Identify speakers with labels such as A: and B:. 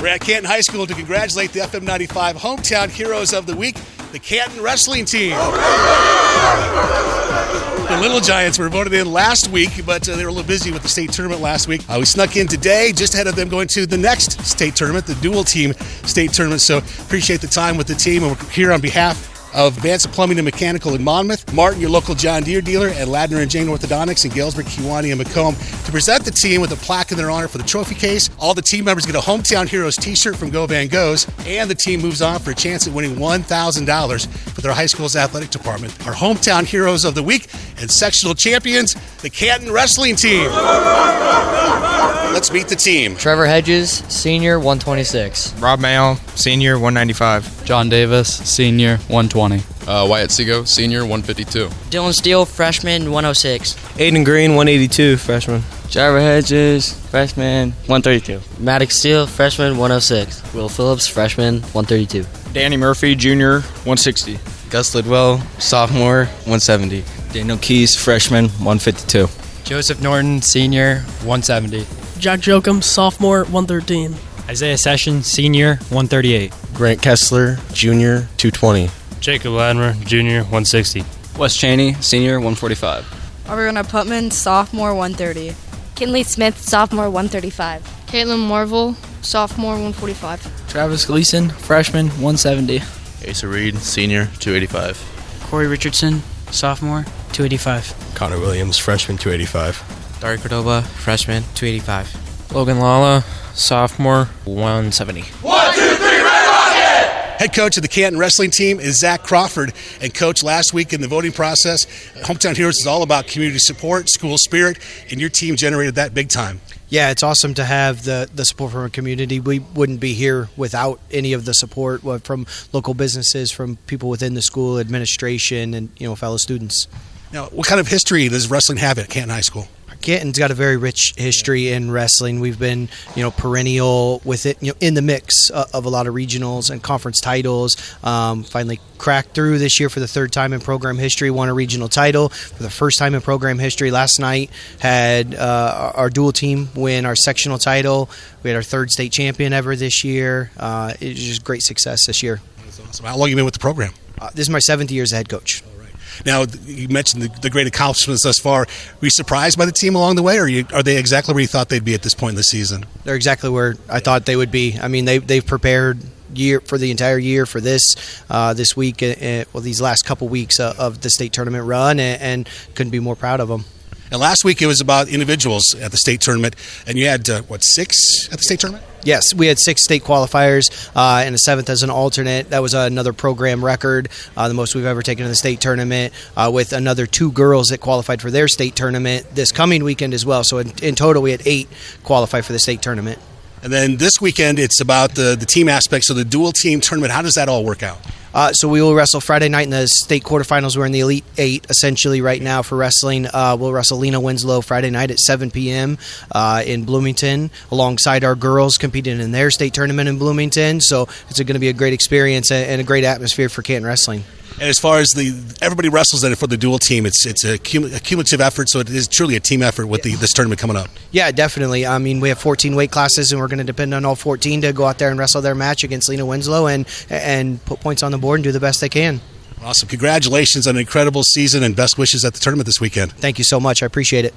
A: We're at Canton High School to congratulate the FM 95 Hometown Heroes of the Week, the Canton Wrestling Team. The Little Giants were voted in last week, but uh, they were a little busy with the state tournament last week. Uh, we snuck in today, just ahead of them going to the next state tournament, the dual team state tournament. So appreciate the time with the team. And we're here on behalf of Vansa Plumbing and Mechanical in Monmouth, Martin, your local John Deere dealer, and Ladner and Jane Orthodontics in Galesburg, Kewanee, and Macomb to present the team with a plaque in their honor for the trophy case. All the team members get a Hometown Heroes t-shirt from Go Van Goes, and the team moves on for a chance at winning $1,000 for their high school's athletic department. Our Hometown Heroes of the Week and sectional champions, the Canton Wrestling Team. Let's meet the team.
B: Trevor Hedges, senior, 126.
C: Rob Mayo, senior, 195.
D: John Davis, senior, 120.
E: Uh, Wyatt Sego, senior, 152.
B: Dylan Steele, freshman, 106.
F: Aiden Green, 182, freshman.
G: Trevor Hedges, freshman, 132.
B: Maddox Steele, freshman, 106. Will Phillips, freshman, 132.
C: Danny Murphy, junior, 160.
F: Gus Lidwell, sophomore, 170. Daniel Keys, freshman, 152.
D: Joseph Norton, senior, 170.
H: Jack Jokum, sophomore, 113.
D: Isaiah Sessions, senior, 138.
F: Grant Kessler, junior, 220.
I: Jacob Latimer, Jr., 160.
F: Wes Cheney, senior, 145.
J: Ariana Putman, sophomore, 130.
K: Kinley Smith, sophomore, 135.
L: Caitlin Marvel, sophomore, 145.
M: Travis Gleason, freshman, 170.
N: Asa Reed, senior, 285.
O: Corey Richardson, sophomore, 285.
P: Connor Williams, freshman, 285.
Q: Dari Cordoba, freshman, 285.
R: Logan Lala, sophomore, 170.
A: One, two, three, Red Rocket! Head coach of the Canton wrestling team is Zach Crawford, and coach last week in the voting process. Hometown Heroes is all about community support, school spirit, and your team generated that big time.
S: Yeah, it's awesome to have the, the support from our community. We wouldn't be here without any of the support uh, from local businesses, from people within the school administration, and you know fellow students.
A: Now, what kind of history does wrestling have at Canton High School?
S: Canton's got a very rich history in wrestling. We've been, you know, perennial with it, you know, in the mix uh, of a lot of regionals and conference titles. Um, finally cracked through this year for the third time in program history, won a regional title for the first time in program history. Last night had uh, our dual team win our sectional title. We had our third state champion ever this year. Uh, it was just great success this year.
A: That's awesome. How long you been with the program?
S: Uh, this is my seventh year as a head coach.
A: Now, you mentioned the, the, great accomplishments thus far. Were you surprised by the team along the way, or are, you, are they exactly where you thought they'd be at this point in the season?
S: They're exactly where I thought they would be. I mean, they, they've prepared year for the entire year for this uh, this week, uh, well, these last couple weeks uh, of the state tournament run, and, and couldn't be more proud of them.
A: And last week it was about individuals at the state tournament, and you had uh, what six at the state tournament?
S: Yes, we had six state qualifiers uh, and a seventh as an alternate. That was another program record, uh, the most we've ever taken in the state tournament, uh, with another two girls that qualified for their state tournament this coming weekend as well. So in, in total, we had eight qualify for the state tournament.
A: And then this weekend, it's about the, the team aspect. So the dual team tournament, how does that all work out?
S: Uh, so we will wrestle Friday night in the state quarterfinals. We're in the Elite Eight essentially right now for wrestling. Uh, we'll wrestle Lena Winslow Friday night at 7 p.m. Uh, in Bloomington, alongside our girls competing in their state tournament in Bloomington. So it's going to be a great experience and a great atmosphere for Canton wrestling.
A: And as far as the everybody wrestles in it for the dual team, it's it's a, cum- a cumulative effort, so it is truly a team effort with the, this tournament coming up.
S: Yeah, definitely. I mean, we have 14 weight classes, and we're going to depend on all 14 to go out there and wrestle their match against Lena Winslow and and put points on the board and do the best they can.
A: Awesome! Congratulations on an incredible season, and best wishes at the tournament this weekend.
S: Thank you so much. I appreciate it.